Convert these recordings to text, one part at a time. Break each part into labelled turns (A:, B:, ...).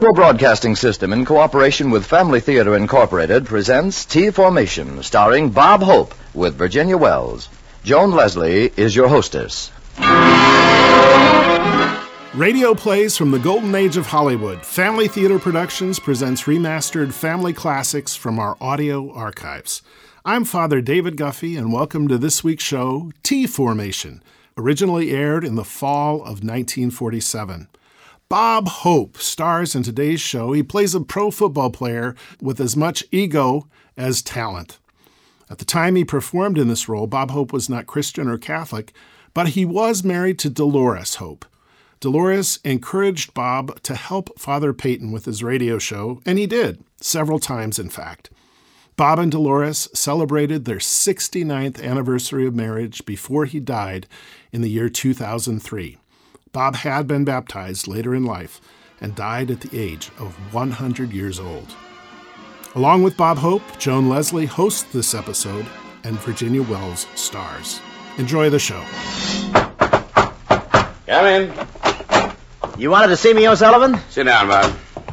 A: Pro Broadcasting System, in cooperation with Family Theater Incorporated, presents T Formation, starring Bob Hope with Virginia Wells. Joan Leslie is your hostess.
B: Radio plays from the golden age of Hollywood. Family Theater Productions presents remastered family classics from our audio archives. I'm Father David Guffey, and welcome to this week's show, T Formation, originally aired in the fall of 1947. Bob Hope stars in today's show. He plays a pro football player with as much ego as talent. At the time he performed in this role, Bob Hope was not Christian or Catholic, but he was married to Dolores Hope. Dolores encouraged Bob to help Father Peyton with his radio show, and he did, several times, in fact. Bob and Dolores celebrated their 69th anniversary of marriage before he died in the year 2003. Bob had been baptized later in life and died at the age of 100 years old. Along with Bob Hope, Joan Leslie hosts this episode, and Virginia Wells stars. Enjoy the show.
C: Come in.
D: You wanted to see me, O'Sullivan?
C: Sit down, Bob.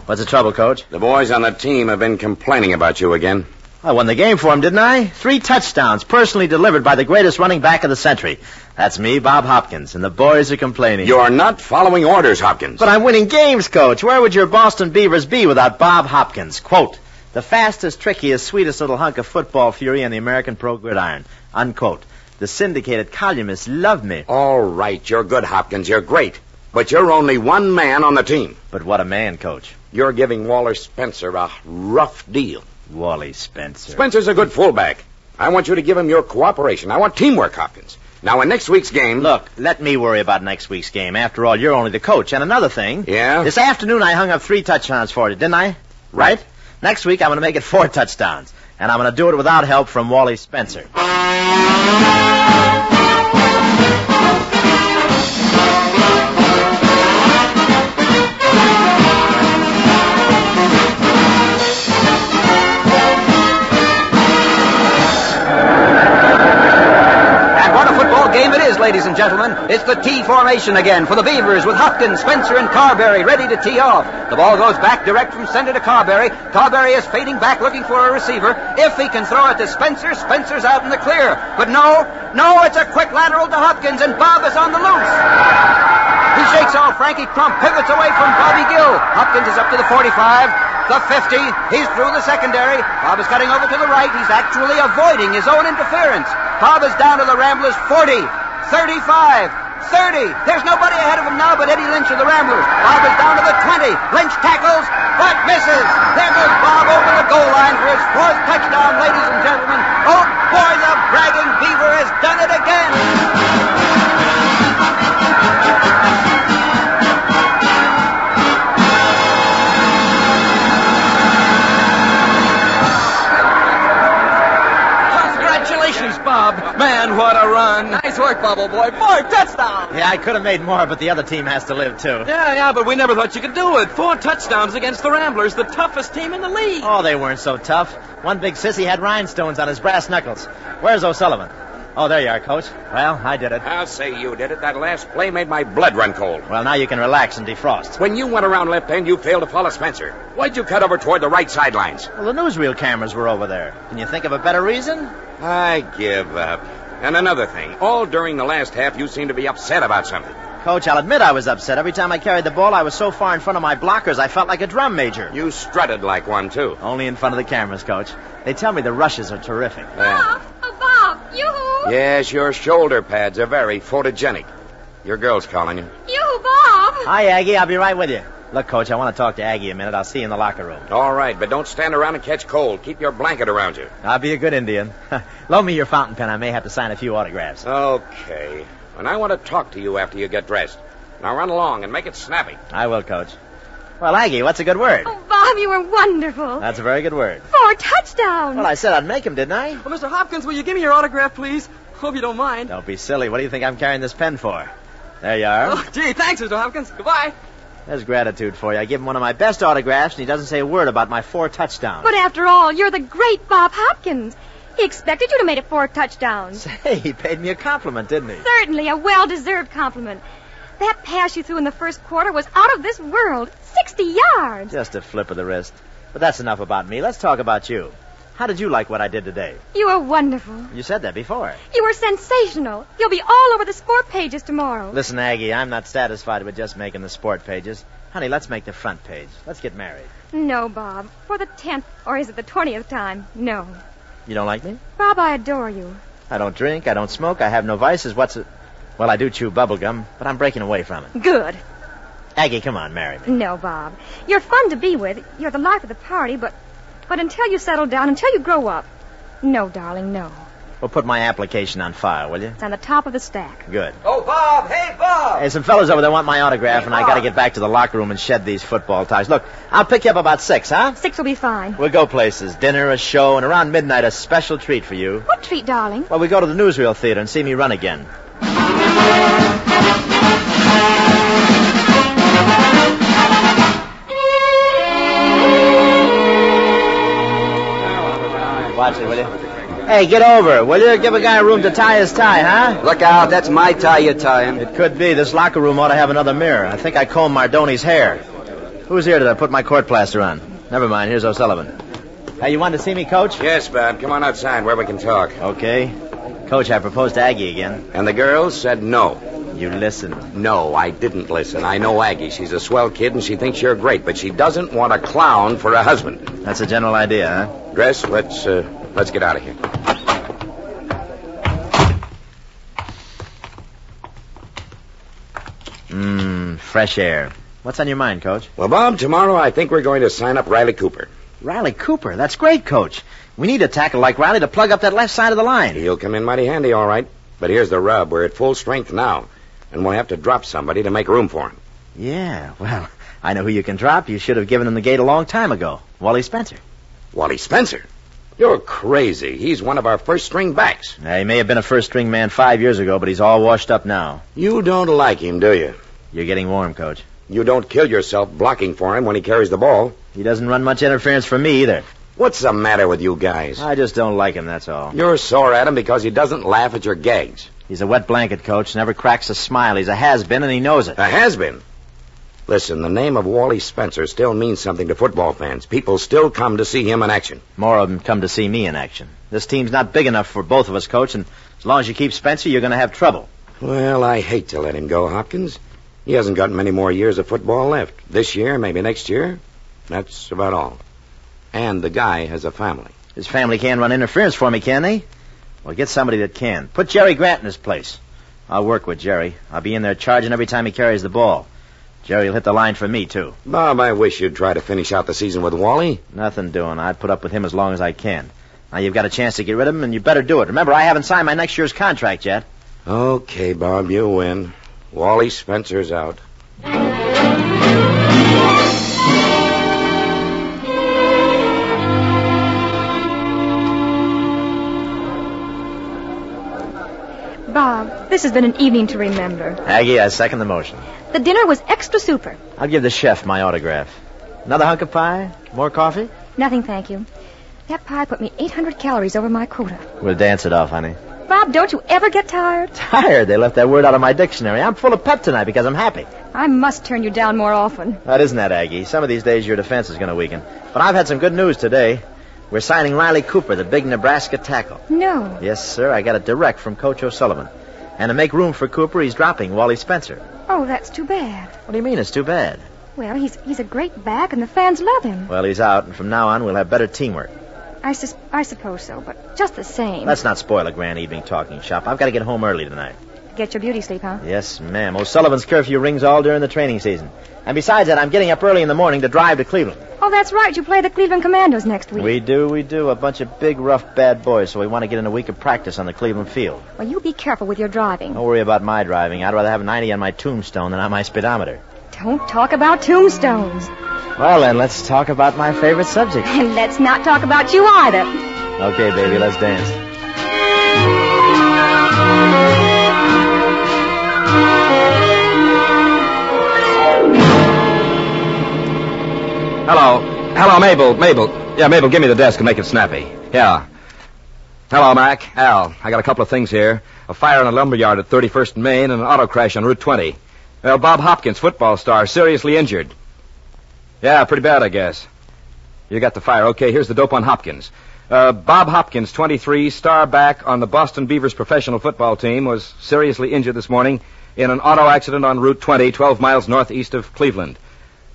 D: What's the trouble, Coach?
C: The boys on the team have been complaining about you again.
D: I won the game for him, didn't I? Three touchdowns, personally delivered by the greatest running back of the century. That's me, Bob Hopkins, and the boys are complaining.
C: You're not following orders, Hopkins.
D: But I'm winning games, Coach. Where would your Boston Beavers be without Bob Hopkins? Quote, the fastest, trickiest, sweetest little hunk of football fury in the American pro gridiron. Unquote. The syndicated columnists love me.
C: All right, you're good, Hopkins. You're great. But you're only one man on the team.
D: But what a man, Coach.
C: You're giving Waller Spencer a rough deal.
D: Wally Spencer.
C: Spencer's a good fullback. I want you to give him your cooperation. I want teamwork, Hopkins. Now, in next week's game.
D: Look, let me worry about next week's game. After all, you're only the coach. And another thing.
C: Yeah?
D: This afternoon I hung up three touchdowns for you, didn't I? Right? Next week I'm going to make it four touchdowns. And I'm going to do it without help from Wally Spencer.
E: And what a football game it is, ladies and gentlemen. It's the T formation again for the Beavers with Hopkins, Spencer, and Carberry ready to tee off. The ball goes back direct from center to Carberry. Carberry is fading back looking for a receiver. If he can throw it to Spencer, Spencer's out in the clear. But no, no, it's a quick lateral to Hopkins, and Bob is on the loose. He shakes off Frankie Crump, pivots away from Bobby Gill. Hopkins is up to the 45. The 50. He's through the secondary. Bob is cutting over to the right. He's actually avoiding his own interference. Bob is down to the Ramblers 40, 35, 30. There's nobody ahead of him now but Eddie Lynch of the Ramblers. Bob is down to the 20. Lynch tackles, but misses. There goes Bob over the goal line for his fourth touchdown, ladies and gentlemen. Oh, boy, the bragging Beaver has done it again. Congratulations, Bob. Man, what a run. Nice work, Bubble Boy. Four touchdowns.
D: Yeah, I could have made more, but the other team has to live, too.
E: Yeah, yeah, but we never thought you could do it. Four touchdowns against the Ramblers, the toughest team in the league.
D: Oh, they weren't so tough. One big sissy had rhinestones on his brass knuckles. Where's O'Sullivan? Oh, there you are, Coach. Well, I did it.
C: I'll say you did it. That last play made my blood run cold.
D: Well, now you can relax and defrost.
C: When you went around left end, you failed to follow Spencer. Why'd you cut over toward the right sidelines?
D: Well, the newsreel cameras were over there. Can you think of a better reason?
C: I give up. And another thing, all during the last half, you seemed to be upset about something.
D: Coach, I'll admit I was upset. Every time I carried the ball, I was so far in front of my blockers, I felt like a drum major.
C: You strutted like one, too.
D: Only in front of the cameras, Coach. They tell me the rushes are terrific.
C: Yeah.
F: Bob! Oh, Bob! Yoo-hoo!
C: Uh, Yes, your shoulder pads are very photogenic. Your girl's calling you.
F: Yoo-hoo, Bob!
D: Hi, Aggie. I'll be right with you. Look, Coach, I want to talk to Aggie a minute. I'll see you in the locker room.
C: All right, but don't stand around and catch cold. Keep your blanket around you.
D: I'll be a good Indian. Loan me your fountain pen. I may have to sign a few autographs.
C: Okay. And I want to talk to you after you get dressed. Now run along and make it snappy.
D: I will, Coach. Well, Aggie, what's a good word?
F: Oh, Bob, you were wonderful.
D: That's a very good word.
F: Four touchdowns.
D: Well, I said I'd make him, didn't I?
G: Well, Mr. Hopkins, will you give me your autograph, please? Hope you don't mind.
D: Don't be silly. What do you think I'm carrying this pen for? There you are.
G: Oh, gee, thanks, Mr. Hopkins. Goodbye.
D: There's gratitude for you. I give him one of my best autographs, and he doesn't say a word about my four touchdowns.
F: But after all, you're the great Bob Hopkins. He expected you to make it four touchdowns.
D: Say, he paid me a compliment, didn't he?
F: Certainly a well-deserved compliment. That pass you threw in the first quarter was out of this world. 60 yards.
D: Just a flip of the wrist. But that's enough about me. Let's talk about you. How did you like what I did today?
F: You are wonderful.
D: You said that before.
F: You are sensational. You'll be all over the sport pages tomorrow.
D: Listen, Aggie, I'm not satisfied with just making the sport pages. Honey, let's make the front page. Let's get married.
F: No, Bob. For the 10th, or is it the 20th time? No.
D: You don't like me?
F: Bob, I adore you.
D: I don't drink. I don't smoke. I have no vices. What's it? Well, I do chew bubble gum, but I'm breaking away from it.
F: Good.
D: Aggie, come on, marry me.
F: No, Bob. You're fun to be with. You're the life of the party, but but until you settle down, until you grow up. No, darling, no.
D: Well, put my application on file, will you?
F: It's on the top of the stack.
D: Good.
E: Oh, Bob! Hey, Bob!
D: Hey, some fellas over there want my autograph, and I gotta get back to the locker room and shed these football ties. Look, I'll pick you up about six, huh?
F: Six will be fine.
D: We'll go places. Dinner, a show, and around midnight, a special treat for you.
F: What treat, darling?
D: Well, we go to the Newsreel Theater and see me run again. Watch it, will you? Hey, get over, it, will you? Give a guy room to tie his tie, huh?
E: Look out, that's my tie you're tying.
D: It could be. This locker room ought to have another mirror. I think I combed Mardoni's hair. Who's here? Did I put my court plaster on? Never mind. Here's O'Sullivan. Hey, you wanted to see me, Coach?
C: Yes, Bob. Come on outside where we can talk.
D: Okay. Coach, I proposed to Aggie again.
C: And the girls said no.
D: You listen.
C: No, I didn't listen. I know Aggie. She's a swell kid and she thinks you're great, but she doesn't want a clown for a husband.
D: That's a general idea, huh?
C: Dress, let's uh, let's get out of here.
D: Mmm, fresh air. What's on your mind, Coach?
C: Well, Bob, Um, tomorrow I think we're going to sign up Riley Cooper.
D: Riley Cooper. That's great, Coach. We need a tackle like Riley to plug up that left side of the line.
C: He'll come in mighty handy, all right. But here's the rub. We're at full strength now, and we'll have to drop somebody to make room for him.
D: Yeah, well, I know who you can drop. You should have given him the gate a long time ago. Wally Spencer.
C: Wally Spencer. You're crazy. He's one of our first string backs.
D: Now, he may have been a first string man five years ago, but he's all washed up now.
C: You don't like him, do you?
D: You're getting warm, Coach.
C: You don't kill yourself blocking for him when he carries the ball.
D: He doesn't run much interference for me either.
C: What's the matter with you guys?
D: I just don't like him, that's all.
C: You're sore at him because he doesn't laugh at your gags.
D: He's a wet blanket, Coach. Never cracks a smile. He's a has been, and he knows it.
C: A has been. Listen, the name of Wally Spencer still means something to football fans. People still come to see him in action.
D: More of them come to see me in action. This team's not big enough for both of us, Coach, and as long as you keep Spencer, you're going to have trouble.
C: Well, I hate to let him go, Hopkins. He hasn't got many more years of football left. This year, maybe next year. That's about all. And the guy has a family.
D: His family can't run interference for me, can they? Well, get somebody that can. Put Jerry Grant in his place. I'll work with Jerry. I'll be in there charging every time he carries the ball. Jerry'll hit the line for me, too.
C: Bob, I wish you'd try to finish out the season with Wally.
D: Nothing doing. I'd put up with him as long as I can. Now you've got a chance to get rid of him, and you better do it. Remember, I haven't signed my next year's contract yet.
C: Okay, Bob, you win. Wally Spencer's out.
F: Bob, this has been an evening to remember.
D: Aggie, I second the motion.
F: The dinner was extra super.
D: I'll give the chef my autograph. Another hunk of pie? More coffee?
F: Nothing, thank you. That pie put me 800 calories over my quota.
D: We'll dance it off, honey.
F: Bob, don't you ever get tired?
D: Tired. They left that word out of my dictionary. I'm full of pep tonight because I'm happy.
F: I must turn you down more often.
D: That isn't that, Aggie. Some of these days your defense is going to weaken. But I've had some good news today. We're signing Riley Cooper, the big Nebraska tackle.
F: No.
D: Yes, sir. I got it direct from Coach O'Sullivan. And to make room for Cooper, he's dropping Wally Spencer.
F: Oh, that's too bad.
D: What do you mean? It's too bad.
F: Well, he's he's a great back, and the fans love him.
D: Well, he's out, and from now on we'll have better teamwork.
F: I sus- I suppose so, but just the same.
D: Let's not spoil a grand evening talking shop. I've got to get home early tonight.
F: Get your beauty sleep, huh?
D: Yes, ma'am. O'Sullivan's curfew rings all during the training season. And besides that, I'm getting up early in the morning to drive to Cleveland.
F: Oh, that's right. You play the Cleveland Commandos next week.
D: We do, we do. A bunch of big, rough, bad boys, so we want to get in a week of practice on the Cleveland field.
F: Well, you be careful with your driving.
D: Don't worry about my driving. I'd rather have 90 on my tombstone than on my speedometer.
F: Don't talk about tombstones.
D: Well, then, let's talk about my favorite subject.
F: And let's not talk about you either.
D: Okay, baby, let's dance.
E: Hello. Hello, Mabel. Mabel. Yeah, Mabel, give me the desk and make it snappy. Yeah. Hello, Mac. Al. I got a couple of things here. A fire in a lumberyard at 31st and Main and an auto crash on Route 20. Well, Bob Hopkins, football star, seriously injured.
A: Yeah, pretty bad, I guess. You got the fire. Okay, here's the dope on Hopkins. Uh, Bob Hopkins, 23, star back on the Boston Beavers professional football team, was seriously injured this morning in an auto accident on Route 20, 12 miles northeast of Cleveland.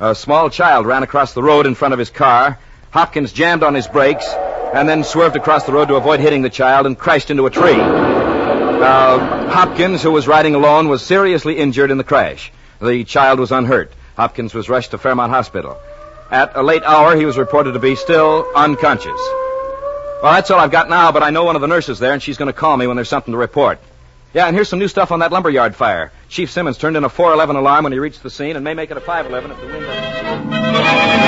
A: A small child ran across the road in front of his car. Hopkins jammed on his brakes and then swerved across the road to avoid hitting the child and crashed into a tree. Uh, Hopkins, who was riding alone, was seriously injured in the crash. The child was unhurt. Hopkins was rushed to Fairmount Hospital. At a late hour, he was reported to be still unconscious. Well, that's all I've got now, but I know one of the nurses there, and she's going to call me when there's something to report. Yeah, and here's some new stuff on that lumberyard fire. Chief Simmons turned in a 411 alarm when he reached the scene and may make it a 511 if the wind doesn't...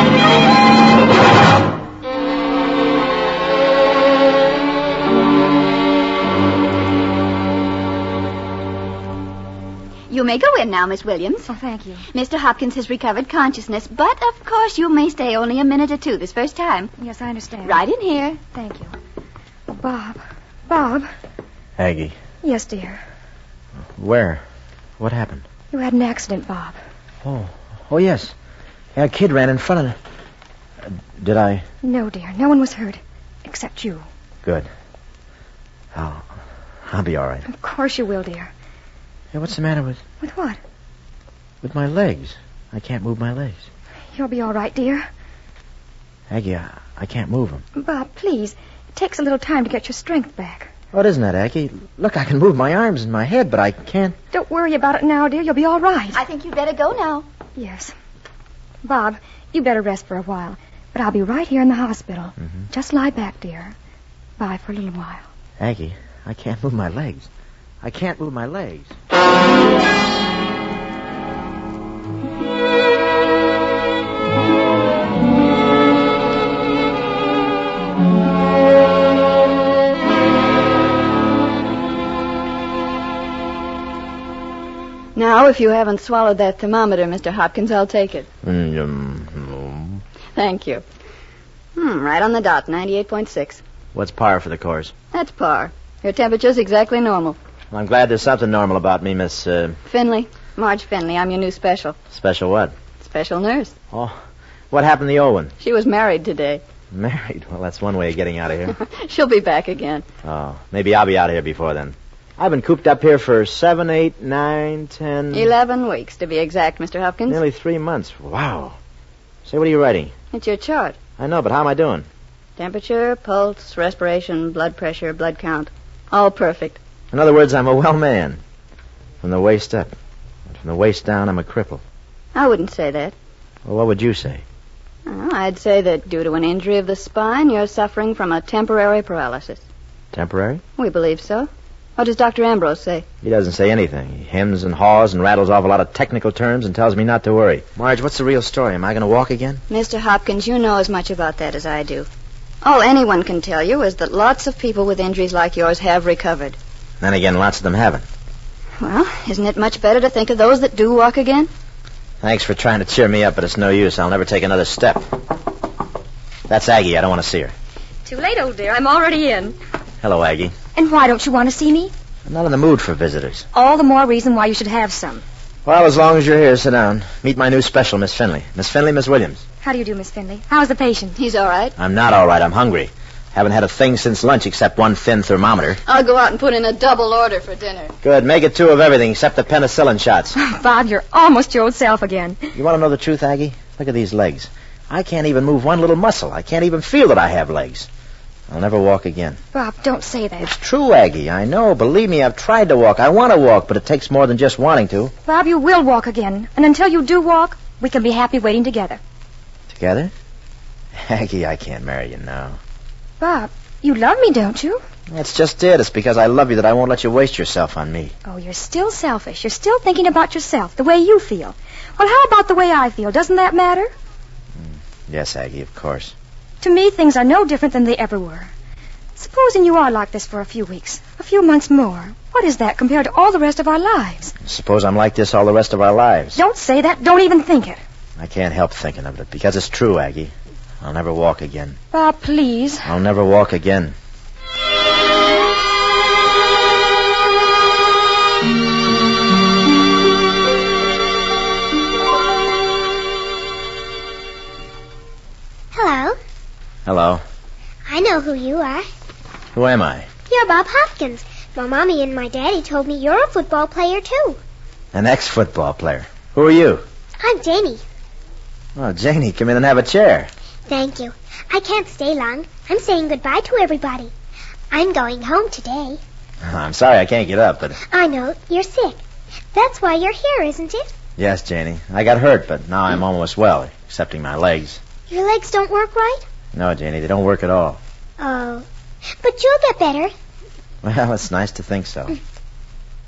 H: You may go in now, Miss Williams.
F: Oh, thank you.
H: Mr. Hopkins has recovered consciousness, but of course you may stay only a minute or two this first time.
F: Yes, I understand.
H: Right in here.
F: Thank you. Oh, Bob. Bob.
D: Aggie,
F: Yes, dear.
D: where? What happened?
F: You had an accident, Bob.
D: Oh, oh yes. Yeah, a kid ran in front of. The... Uh, Did I?
F: No, dear. No one was hurt. Except you.
D: Good. I'll, I'll be all right.
F: Of course you will, dear.
D: Hey, what's the matter with
F: With what?
D: with my legs? I can't move my legs.
F: You'll be all right, dear.
D: Aggie, I, I can't move them.
F: Bob, please. It takes a little time to get your strength back.
D: What isn't that, Aggie? Look, I can move my arms and my head, but I can't.
F: Don't worry about it now, dear. You'll be all right.
H: I think you'd better go now.
F: Yes. Bob, you better rest for a while. But I'll be right here in the hospital. Just lie back, dear. Bye for a little while.
D: Aggie, I can't move my legs. I can't move my legs.
I: Now, if you haven't swallowed that thermometer, Mr. Hopkins, I'll take it.
D: Mm, um,
I: Thank you. Hmm, right on the dot, 98.6.
D: What's par for the course?
I: That's par. Your temperature's exactly normal.
D: Well, I'm glad there's something normal about me, Miss uh,
I: Finley, Marge Finley, I'm your new special.
D: Special what?
I: Special nurse.
D: Oh, what happened to the old one?
I: She was married today.
D: Married. Well, that's one way of getting out of here.
I: She'll be back again.
D: oh, maybe I'll be out of here before then. I've been cooped up here for seven, eight, nine, ten,
I: Eleven weeks, to be exact, Mr. Hopkins.
D: nearly three months. Wow. Say, what are you writing?
I: It's your chart.
D: I know, but how am I doing?
I: Temperature, pulse, respiration, blood pressure, blood count. All perfect.
D: In other words, I'm a well man. From the waist up. And from the waist down, I'm a cripple.
I: I wouldn't say that.
D: Well, what would you say?
I: Oh, I'd say that due to an injury of the spine, you're suffering from a temporary paralysis.
D: Temporary?
I: We believe so. What does Dr. Ambrose say?
D: He doesn't say anything. He hems and haws and rattles off a lot of technical terms and tells me not to worry. Marge, what's the real story? Am I going to walk again?
I: Mr. Hopkins, you know as much about that as I do. All anyone can tell you is that lots of people with injuries like yours have recovered.
D: Then again, lots of them haven't.
I: Well, isn't it much better to think of those that do walk again?
D: Thanks for trying to cheer me up, but it's no use. I'll never take another step. That's Aggie. I don't want to see her.
F: Too late, old dear. I'm already in.
D: Hello, Aggie.
F: And why don't you want to see me?
D: I'm not in the mood for visitors.
F: All the more reason why you should have some.
D: Well, as long as you're here, sit down. Meet my new special, Miss Finley. Miss Finley, Miss Williams.
F: How do you do, Miss Finley? How's the patient?
I: He's all right.
D: I'm not all right. I'm hungry. Haven't had a thing since lunch except one thin thermometer.
I: I'll go out and put in a double order for dinner.
D: Good. Make it two of everything except the penicillin shots.
F: Bob, you're almost your old self again.
D: You want to know the truth, Aggie? Look at these legs. I can't even move one little muscle. I can't even feel that I have legs. I'll never walk again.
F: Bob, don't say that.
D: It's true, Aggie. I know. Believe me, I've tried to walk. I want to walk, but it takes more than just wanting to.
F: Bob, you will walk again. And until you do walk, we can be happy waiting together.
D: Together? Aggie, I can't marry you now.
F: Bob, you love me, don't you?
D: That's just it. It's because I love you that I won't let you waste yourself on me.
F: Oh, you're still selfish. You're still thinking about yourself, the way you feel. Well, how about the way I feel? Doesn't that matter?
D: Yes, Aggie, of course.
F: To me, things are no different than they ever were. Supposing you are like this for a few weeks, a few months more, what is that compared to all the rest of our lives?
D: Suppose I'm like this all the rest of our lives.
F: Don't say that. Don't even think it.
D: I can't help thinking of it because it's true, Aggie. I'll never walk again.
F: Bob, Uh, please.
D: I'll never walk again.
J: Hello.
D: Hello.
J: I know who you are.
D: Who am I?
J: You're Bob Hopkins. My mommy and my daddy told me you're a football player, too.
D: An ex-football player. Who are you?
J: I'm Janie.
D: Oh, Janie, come in and have a chair.
J: Thank you. I can't stay long. I'm saying goodbye to everybody. I'm going home today.
D: I'm sorry I can't get up, but
J: I know, you're sick. That's why you're here, isn't it?
D: yes, Janie, I got hurt, but now I'm almost well, excepting my legs.
J: Your legs don't work right?
D: No, Janie, they don't work at all.
J: Oh. But you'll get better.
D: Well, it's nice to think so.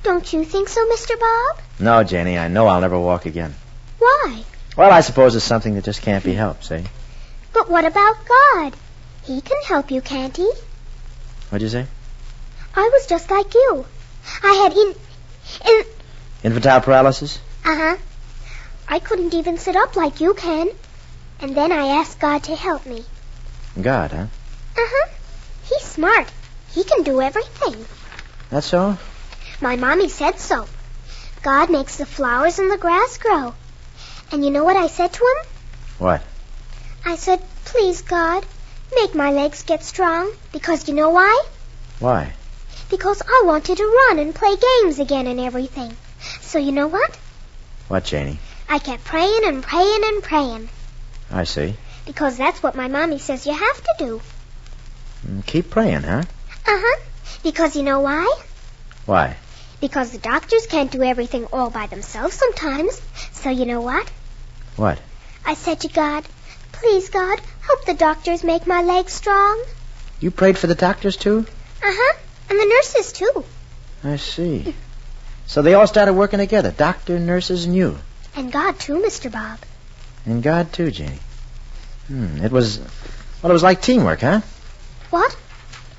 J: Don't you think so, Mr. Bob?
D: No, Janie, I know I'll never walk again.
J: Why?
D: Well, I suppose it's something that just can't be helped, see?
J: But what about God? He can help you, can't he?
D: What'd you say?
J: I was just like you. I had in. in
D: Infantile paralysis?
J: uh huh. I couldn't even sit up like you can. And then I asked God to help me.
D: God, huh?
J: Uh huh. He's smart. He can do everything.
D: That's so?
J: My mommy said so. God makes the flowers and the grass grow. And you know what I said to him?
D: What?
J: I said, Please, God, make my legs get strong. Because you know why?
D: Why?
J: Because I wanted to run and play games again and everything. So you know what?
D: What, Janie?
J: I kept praying and praying and praying.
D: I see.
J: Because that's what my mommy says you have to do.
D: Mm, Keep praying, huh?
J: Uh huh. Because you know why?
D: Why?
J: Because the doctors can't do everything all by themselves sometimes. So you know what?
D: What?
J: I said to God, Please, God, help the doctors make my legs strong.
D: You prayed for the doctors, too?
J: Uh huh. And the nurses, too.
D: I see. So they all started working together doctor, nurses, and you.
J: And God, too, Mr. Bob.
D: And God, too, Janie. Hmm, it was. Well, it was like teamwork, huh?
J: What?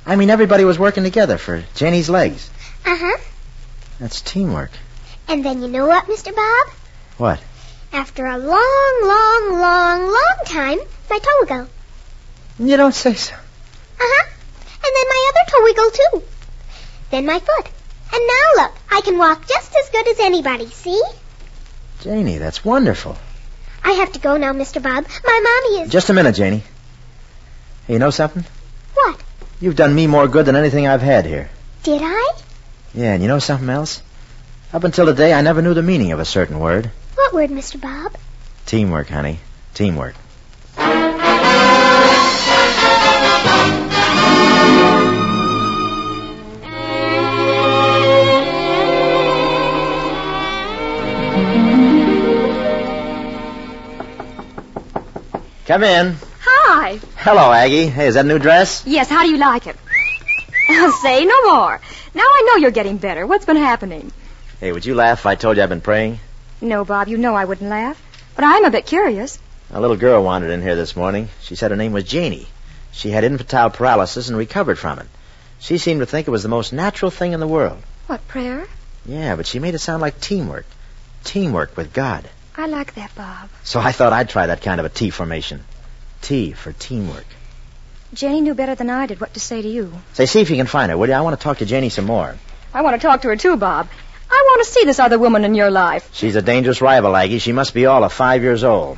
D: I mean, everybody was working together for Janie's legs.
J: Uh huh.
D: That's teamwork.
J: And then you know what, Mr. Bob?
D: What?
J: After a long, long, long, long time, my toe wiggled.
D: You don't say so.
J: Uh huh. And then my other toe wiggled too. Then my foot. And now look, I can walk just as good as anybody, see?
D: Janie, that's wonderful.
J: I have to go now, Mr. Bob. My mommy is.
D: Just a minute, Janie. Hey, you know something?
J: What?
D: You've done me more good than anything I've had here.
J: Did I?
D: Yeah, and you know something else? Up until today, I never knew the meaning of a certain word.
J: What word, Mr. Bob?
D: Teamwork, honey. Teamwork. Come in.
F: Hi.
D: Hello, Aggie. Hey, is that a new dress?
F: Yes, how do you like it? Say no more. Now I know you're getting better. What's been happening?
D: Hey, would you laugh if I told you I've been praying?
F: No, Bob, you know I wouldn't laugh. But I'm a bit curious.
D: A little girl wandered in here this morning. She said her name was Janie. She had infantile paralysis and recovered from it. She seemed to think it was the most natural thing in the world.
F: What, prayer?
D: Yeah, but she made it sound like teamwork. Teamwork with God.
F: I like that, Bob.
D: So I thought I'd try that kind of a T formation. T for teamwork.
F: Jenny knew better than I did what to say to you.
D: Say, see if you can find her, will you? I want to talk to Janie some more.
F: I want to talk to her, too, Bob. I want to see this other woman in your life.
D: She's a dangerous rival, Aggie. She must be all of five years old.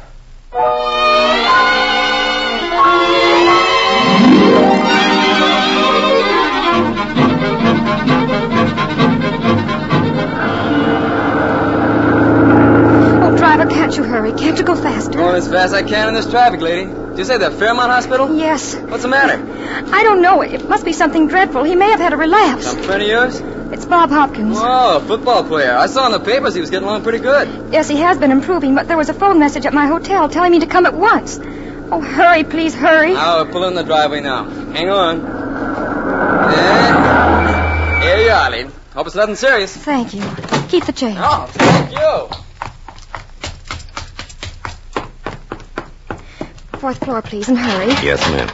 F: Oh, driver, can't you hurry? Can't you go faster?
G: Going as fast as I can in this traffic, lady. Did you say that Fairmont Hospital?
F: Yes.
G: What's the matter?
F: I don't know. It must be something dreadful. He may have had a relapse.
G: Some friend of yours?
F: It's Bob Hopkins.
G: Oh, a football player. I saw in the papers he was getting along pretty good.
F: Yes, he has been improving, but there was a phone message at my hotel telling me to come at once. Oh, hurry, please, hurry.
G: Now we're pulling the driveway now. Hang on. Yeah. Here you are, lady. Hope it's nothing serious.
F: Thank you. Keep the change.
G: Oh, thank you.
F: Fourth floor, please, and hurry.
C: Yes, ma'am.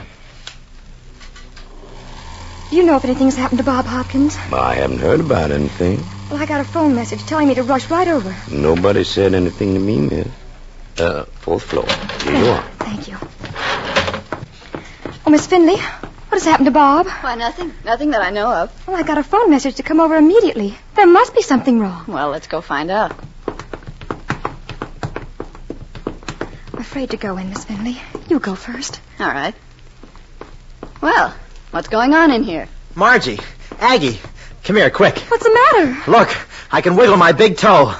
F: Do you know if anything's happened to Bob Hopkins?
C: I haven't heard about anything.
F: Well, I got a phone message telling me to rush right over.
C: Nobody said anything to me, miss. Uh, fourth floor. Here you are.
F: Thank you. Oh, Miss Finley, what has happened to Bob?
I: Why, nothing. Nothing that I know of.
F: Well, I got a phone message to come over immediately. There must be something wrong.
I: Well, let's go find out.
F: I'm afraid to go in, Miss Finley. You go first.
K: All right. Well, what's going on in here?
D: Margie, Aggie, come here quick.
F: What's the matter?
D: Look, I can wiggle my big toe.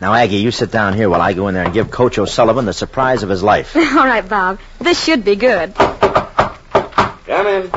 D: Now, Aggie, you sit down here while I go in there and give Coach O'Sullivan the surprise of his life.
F: All right, Bob. This should be good.
C: Come in.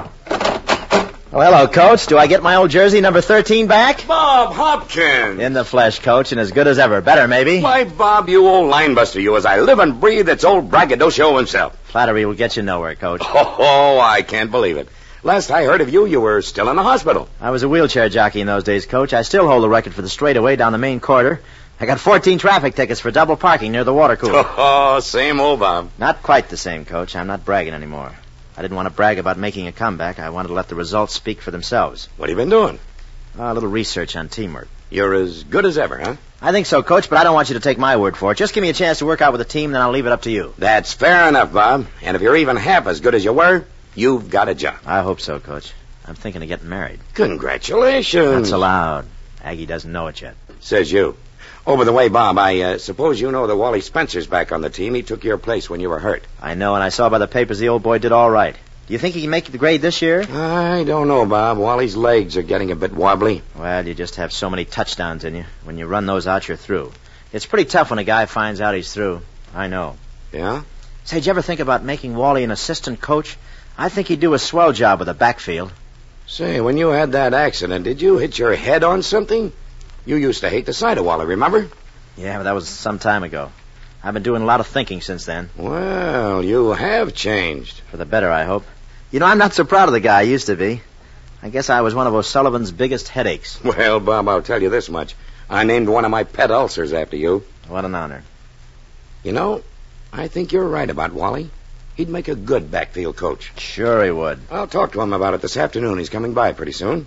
D: Well, hello, Coach. Do I get my old jersey number 13 back?
C: Bob Hopkins.
D: In the flesh, Coach, and as good as ever. Better, maybe.
C: Why, Bob, you old linebuster, you. As I live and breathe, it's old braggadocio himself.
D: Flattery will get you nowhere, Coach.
C: Oh, oh, I can't believe it. Last I heard of you, you were still in the hospital.
D: I was a wheelchair jockey in those days, Coach. I still hold the record for the straightaway down the main corridor. I got 14 traffic tickets for double parking near the water cooler.
C: Oh, same old Bob.
D: Not quite the same, Coach. I'm not bragging anymore. I didn't want to brag about making a comeback. I wanted to let the results speak for themselves.
C: What have you been doing?
D: Uh, a little research on teamwork.
C: You're as good as ever, huh?
D: I think so, Coach, but I don't want you to take my word for it. Just give me a chance to work out with the team, then I'll leave it up to you.
C: That's fair enough, Bob. And if you're even half as good as you were, you've got a job.
D: I hope so, Coach. I'm thinking of getting married.
C: Congratulations.
D: That's allowed. Aggie doesn't know it yet.
C: Says you. Oh, by the way, Bob, I uh, suppose you know that Wally Spencer's back on the team. He took your place when you were hurt.
D: I know, and I saw by the papers the old boy did all right. Do you think he can make the grade this year?
C: I don't know, Bob. Wally's legs are getting a bit wobbly.
D: Well, you just have so many touchdowns in you. When you run those out, you're through. It's pretty tough when a guy finds out he's through. I know.
C: Yeah?
D: Say, did you ever think about making Wally an assistant coach? I think he'd do a swell job with the backfield.
C: Say, when you had that accident, did you hit your head on something? You used to hate the sight of Wally, remember?
D: Yeah, but that was some time ago. I've been doing a lot of thinking since then.
C: Well, you have changed.
D: For the better, I hope. You know, I'm not so proud of the guy I used to be. I guess I was one of O'Sullivan's biggest headaches.
C: Well, Bob, I'll tell you this much. I named one of my pet ulcers after you.
D: What an honor.
C: You know, I think you're right about Wally. He'd make a good backfield coach.
D: Sure he would.
C: I'll talk to him about it this afternoon. He's coming by pretty soon.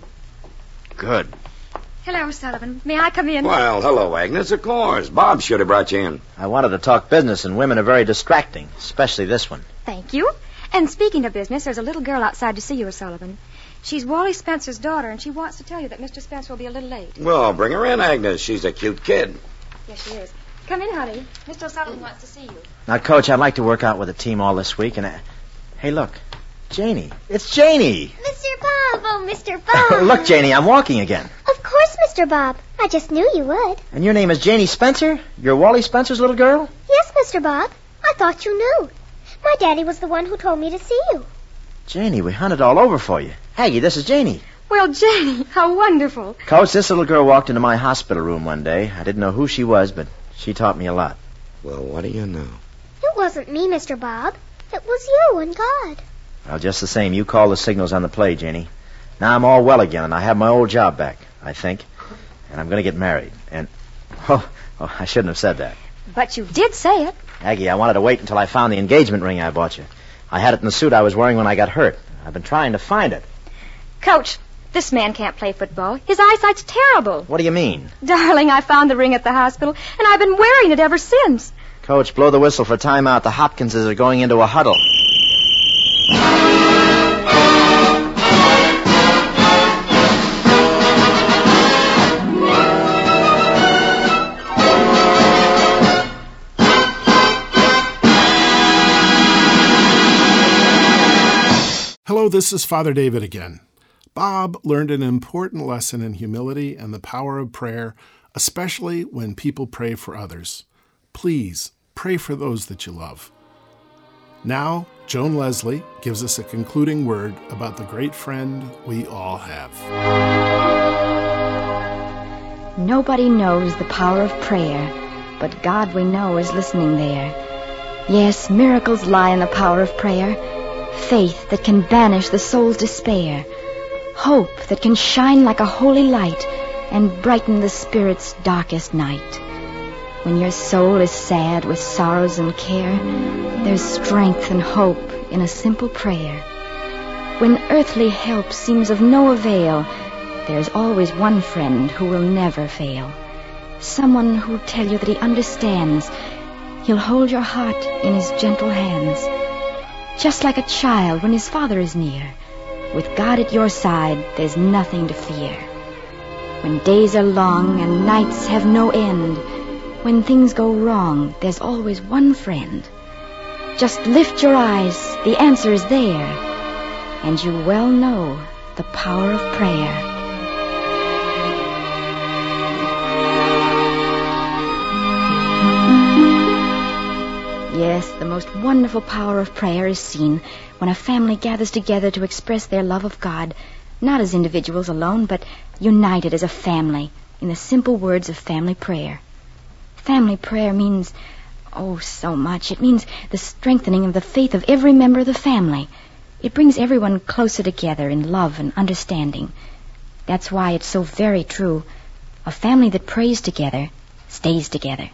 D: Good.
F: Hello, Sullivan. May I come in?
C: Well, hello, Agnes. Of course. Bob should have brought you in.
D: I wanted to talk business, and women are very distracting, especially this one.
F: Thank you. And speaking of business, there's a little girl outside to see you, Sullivan. She's Wally Spencer's daughter, and she wants to tell you that Mr. Spencer will be a little late.
C: Well, bring her in, Agnes. She's a cute kid.
F: Yes, she is. Come in, honey. Mr. O'Sullivan wants to see you.
D: Now, Coach, I'd like to work out with the team all this week, and I... hey, look, Janie. It's Janie.
J: Mr. Bob, oh, Mr. Bob.
D: look, Janie, I'm walking again.
J: Of course, Mr. Bob. I just knew you would.
D: And your name is Janie Spencer? You're Wally Spencer's little girl?
J: Yes, Mr. Bob. I thought you knew. My daddy was the one who told me to see you.
D: Janie, we hunted all over for you. Aggie, this is Janie.
F: Well, Janie, how wonderful.
D: Coach, this little girl walked into my hospital room one day. I didn't know who she was, but she taught me a lot.
C: Well, what do you know?
J: It wasn't me, Mr. Bob. It was you and God.
D: Well, just the same, you call the signals on the play, Janie. Now I'm all well again, and I have my old job back, I think. And I'm going to get married. And, oh, oh, I shouldn't have said that.
F: But you did say it.
D: Aggie, I wanted to wait until I found the engagement ring I bought you. I had it in the suit I was wearing when I got hurt. I've been trying to find it.
F: Coach, this man can't play football. His eyesight's terrible.
D: What do you mean?
F: Darling, I found the ring at the hospital, and I've been wearing it ever since.
D: Coach, blow the whistle for timeout. The Hopkinses are going into a huddle.
B: Hello, this is Father David again. Bob learned an important lesson in humility and the power of prayer, especially when people pray for others. Please pray for those that you love. Now, Joan Leslie gives us a concluding word about the great friend we all have.
L: Nobody knows the power of prayer, but God we know is listening there. Yes, miracles lie in the power of prayer faith that can banish the soul's despair, hope that can shine like a holy light and brighten the spirit's darkest night. When your soul is sad with sorrows and care, there's strength and hope in a simple prayer. When earthly help seems of no avail, there's always one friend who will never fail. Someone who'll tell you that he understands. He'll hold your heart in his gentle hands. just like a child when his father is near. With God at your side, there's nothing to fear. When days are long and nights have no end, when things go wrong, there's always one friend. Just lift your eyes, the answer is there, and you well know the power of prayer. Yes, the most wonderful power of prayer is seen when a family gathers together to express their love of God, not as individuals alone, but united as a family in the simple words of family prayer. Family prayer means, oh, so much. It means the strengthening of the faith of every member of the family. It brings everyone closer together in love and understanding. That's why it's so very true. A family that prays together stays together.